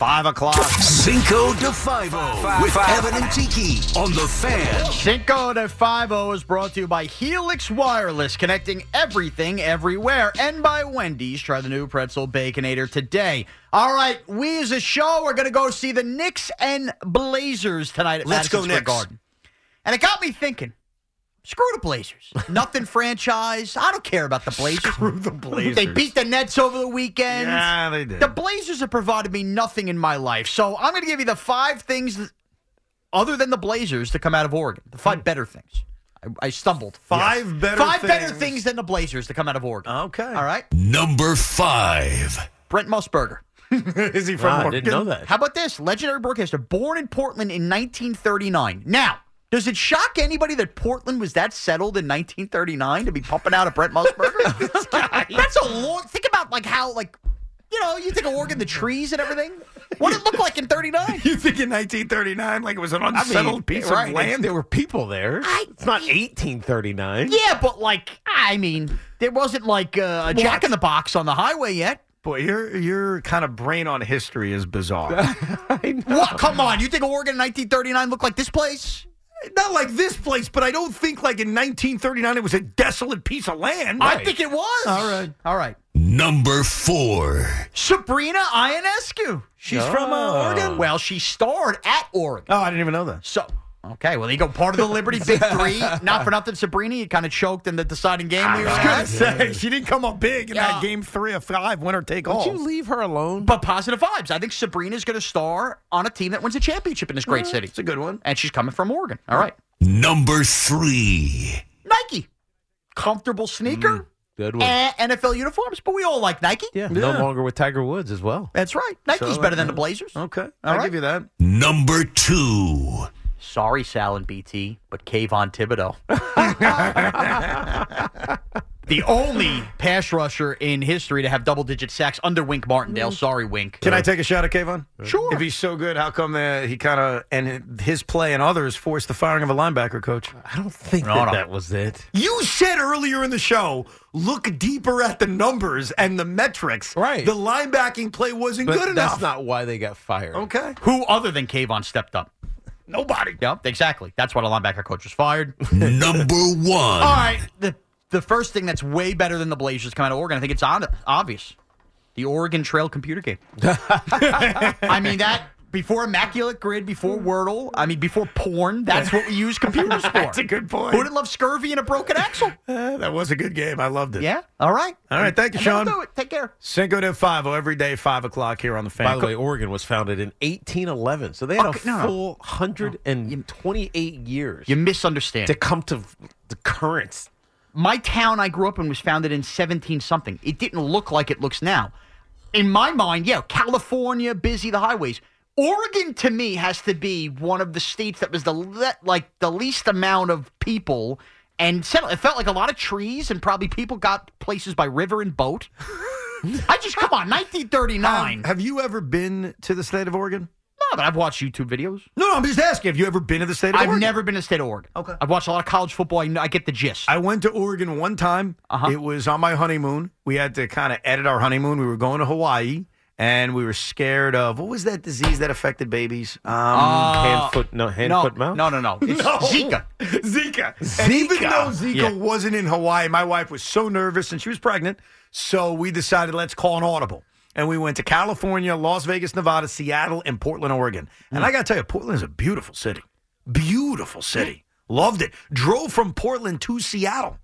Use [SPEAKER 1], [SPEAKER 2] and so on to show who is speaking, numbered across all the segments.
[SPEAKER 1] Five o'clock.
[SPEAKER 2] Cinco de Five with Evan and Tiki on the fan.
[SPEAKER 1] Cinco de Five O is brought to you by Helix Wireless, connecting everything everywhere, and by Wendy's. Try the new pretzel baconator today. All right, we as a show are going to go see the Knicks and Blazers tonight at
[SPEAKER 2] Let's
[SPEAKER 1] Madison
[SPEAKER 2] go
[SPEAKER 1] Square
[SPEAKER 2] Knicks.
[SPEAKER 1] Garden. And it got me thinking. Screw the Blazers. Nothing franchise. I don't care about the Blazers. Screw the Blazers. They beat the Nets over the weekend.
[SPEAKER 3] Yeah, they did.
[SPEAKER 1] The Blazers have provided me nothing in my life. So I'm going to give you the five things th- other than the Blazers to come out of Oregon. The five better things. I, I stumbled.
[SPEAKER 3] Hmm. Five better
[SPEAKER 1] Five better
[SPEAKER 3] things. Oh.
[SPEAKER 1] things than the Blazers to come out of Oregon.
[SPEAKER 3] Okay.
[SPEAKER 1] All right.
[SPEAKER 2] Number five.
[SPEAKER 1] Brent Musburger.
[SPEAKER 3] Is he from
[SPEAKER 4] Wow, I
[SPEAKER 3] Oregon?
[SPEAKER 4] didn't know that.
[SPEAKER 1] How about this? Legendary broadcaster, born in Portland in 1939. Now, does it shock anybody that Portland was that settled in 1939 to be pumping out a Brent Musburger? That's a long. Think about like how like. You know, you think of Oregon, the trees and everything. What it look like in '39?
[SPEAKER 3] You think in 1939, like it was an
[SPEAKER 4] I mean,
[SPEAKER 3] unsettled piece
[SPEAKER 4] right,
[SPEAKER 3] of
[SPEAKER 4] it's-
[SPEAKER 3] land?
[SPEAKER 4] There were people there.
[SPEAKER 1] I-
[SPEAKER 4] it's not 1839.
[SPEAKER 1] Yeah, but like, I mean, there wasn't like uh, a Jack in the Box on the highway yet.
[SPEAKER 3] Boy, your your kind of brain on history is bizarre.
[SPEAKER 4] I know.
[SPEAKER 1] What? Come on, you think Oregon in 1939 looked like this place?
[SPEAKER 3] Not like this place, but I don't think like in 1939 it was a desolate piece of land.
[SPEAKER 1] I think it was. All right, all right.
[SPEAKER 2] Number four.
[SPEAKER 1] Sabrina Ionescu.
[SPEAKER 3] she's from
[SPEAKER 1] Oh.
[SPEAKER 3] uh, Oregon.
[SPEAKER 1] Well, she starred at Oregon.
[SPEAKER 3] Oh, I didn't even know that.
[SPEAKER 1] So, okay, well, there you go. Part of the Liberty Big Three. Not for nothing, Sabrina, you kind of choked in the deciding game we were at.
[SPEAKER 3] Say, she didn't come up big in
[SPEAKER 1] Yeah.
[SPEAKER 3] that game three of five, winner take all.
[SPEAKER 4] Would you leave her alone?
[SPEAKER 1] But positive vibes. I think Sabrina's going to star on a team that wins a championship in this great city.
[SPEAKER 3] It's a good one.
[SPEAKER 1] And she's coming from Oregon. All right.
[SPEAKER 2] Number three.
[SPEAKER 1] Nike. Comfortable sneaker.
[SPEAKER 4] Good one.
[SPEAKER 1] Eh, NFL uniforms, but we all like Nike.
[SPEAKER 4] yeah, no
[SPEAKER 3] Yeah.
[SPEAKER 4] longer with Tiger Woods as well.
[SPEAKER 1] That's right. Nike's
[SPEAKER 3] So,
[SPEAKER 1] better than
[SPEAKER 3] yeah.
[SPEAKER 1] the Blazers.
[SPEAKER 3] Okay,
[SPEAKER 1] All
[SPEAKER 3] I'll
[SPEAKER 1] right.
[SPEAKER 3] give you that.
[SPEAKER 2] Number two.
[SPEAKER 1] Sorry, Sal and BT, but Kayvon Thibodeau. the only pass rusher in history to have double digit sacks under Wink Martindale. Sorry, Wink.
[SPEAKER 3] Can I take a shot at Kayvon?
[SPEAKER 1] Sure.
[SPEAKER 3] If he's so good, how come uh, he kind of and his play and others forced the firing of a linebacker coach?
[SPEAKER 4] I don't think
[SPEAKER 1] No,
[SPEAKER 4] that,
[SPEAKER 1] no.
[SPEAKER 4] that was it.
[SPEAKER 3] You said earlier in the show, look deeper at the numbers and the metrics.
[SPEAKER 4] Right.
[SPEAKER 3] The linebacking play wasn't
[SPEAKER 4] But
[SPEAKER 3] good
[SPEAKER 4] that's
[SPEAKER 3] enough.
[SPEAKER 4] not why they got fired.
[SPEAKER 3] okay.
[SPEAKER 1] Who other than Kayvon stepped up?
[SPEAKER 3] Nobody.
[SPEAKER 1] Yep, exactly. That's why the linebacker coach was fired.
[SPEAKER 2] Number
[SPEAKER 1] All
[SPEAKER 2] one.
[SPEAKER 1] right. The, the first thing that's way better than the Blazers coming out of Oregon, I think it's on, obvious. The Oregon Trail computer game. I mean, that before Immaculate Grid, before Wordle, I mean, before porn, that's what we use computers for.
[SPEAKER 3] That's a good point.
[SPEAKER 1] Who didn't love scurvy and a broken axle?
[SPEAKER 3] Uh, that was a good game. I loved it.
[SPEAKER 1] Yeah. All right.
[SPEAKER 3] All right. Thank you,
[SPEAKER 1] And that'll
[SPEAKER 3] Sean.
[SPEAKER 1] do it. Take care.
[SPEAKER 3] Cinco de Five every day, 5 o'clock here on the fan.
[SPEAKER 4] By the way, Oregon was founded in 1811, so they had
[SPEAKER 1] Okay,
[SPEAKER 4] a
[SPEAKER 1] no, no.
[SPEAKER 4] full 128 years
[SPEAKER 1] You misunderstand.
[SPEAKER 4] to come to the current.
[SPEAKER 1] my town I grew up in was founded in 17 something. It didn't look like it looks now. In my mind, yeah, California, busy the highways. Oregon to me has to be one of the states that was the le- like the least amount of people and settled. It felt like a lot of trees and probably people got places by river and boat. I just come on, 1939.
[SPEAKER 3] Um, have you ever been to the state of Oregon?
[SPEAKER 1] no, but I've watched YouTube videos.
[SPEAKER 3] No, no, I'm just asking. Have you ever been to the state of
[SPEAKER 1] I've
[SPEAKER 3] Oregon?
[SPEAKER 1] never been to the state of Oregon.
[SPEAKER 3] Okay.
[SPEAKER 1] I've watched a lot of college football. I, know, I get the gist.
[SPEAKER 3] I went to Oregon one time.
[SPEAKER 1] Uh-huh.
[SPEAKER 3] It was on my honeymoon. We had to kind of edit our honeymoon. We were going to Hawaii, and we were scared of what was that disease that affected babies? Um,
[SPEAKER 4] Uh, hand, foot, no, hand,
[SPEAKER 1] no,
[SPEAKER 4] foot, mouth.
[SPEAKER 1] no, no, no. It's Zika.
[SPEAKER 3] Zika. And even though Zika
[SPEAKER 4] Yeah.
[SPEAKER 3] wasn't in Hawaii, my wife was so nervous and she was pregnant. So we decided let's call an audible. And we went to California, Las Vegas, Nevada, Seattle, and Portland, Oregon. And I got to tell you, Portland is a beautiful city. Beautiful city. Loved it. Drove from Portland to Seattle.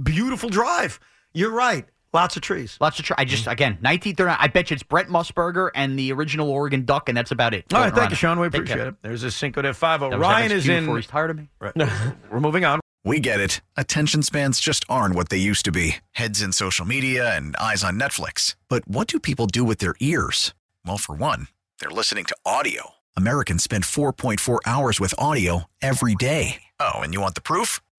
[SPEAKER 3] Beautiful drive. You're right. Lots of trees.
[SPEAKER 1] Lots of try. I just again 1939. I bet you it's Brett Musburger and the original Oregon Duck, and that's about it.
[SPEAKER 3] All right.
[SPEAKER 1] Floating
[SPEAKER 3] Thank
[SPEAKER 1] around.
[SPEAKER 3] you, Sean. We
[SPEAKER 1] Take
[SPEAKER 3] appreciate
[SPEAKER 1] care.
[SPEAKER 3] it. There's a Cinco de Five.
[SPEAKER 1] That was
[SPEAKER 3] Ryan
[SPEAKER 1] Evan's
[SPEAKER 3] is
[SPEAKER 1] cue
[SPEAKER 3] in.
[SPEAKER 1] for He's tired of me.
[SPEAKER 3] We're moving on.
[SPEAKER 5] We get it. Attention spans just aren't what they used to be heads in social media and eyes on Netflix. But what do people do with their ears? Well, for one, They're listening to audio. Americans spend 4.4 hours with audio every day. Oh, and you want the proof?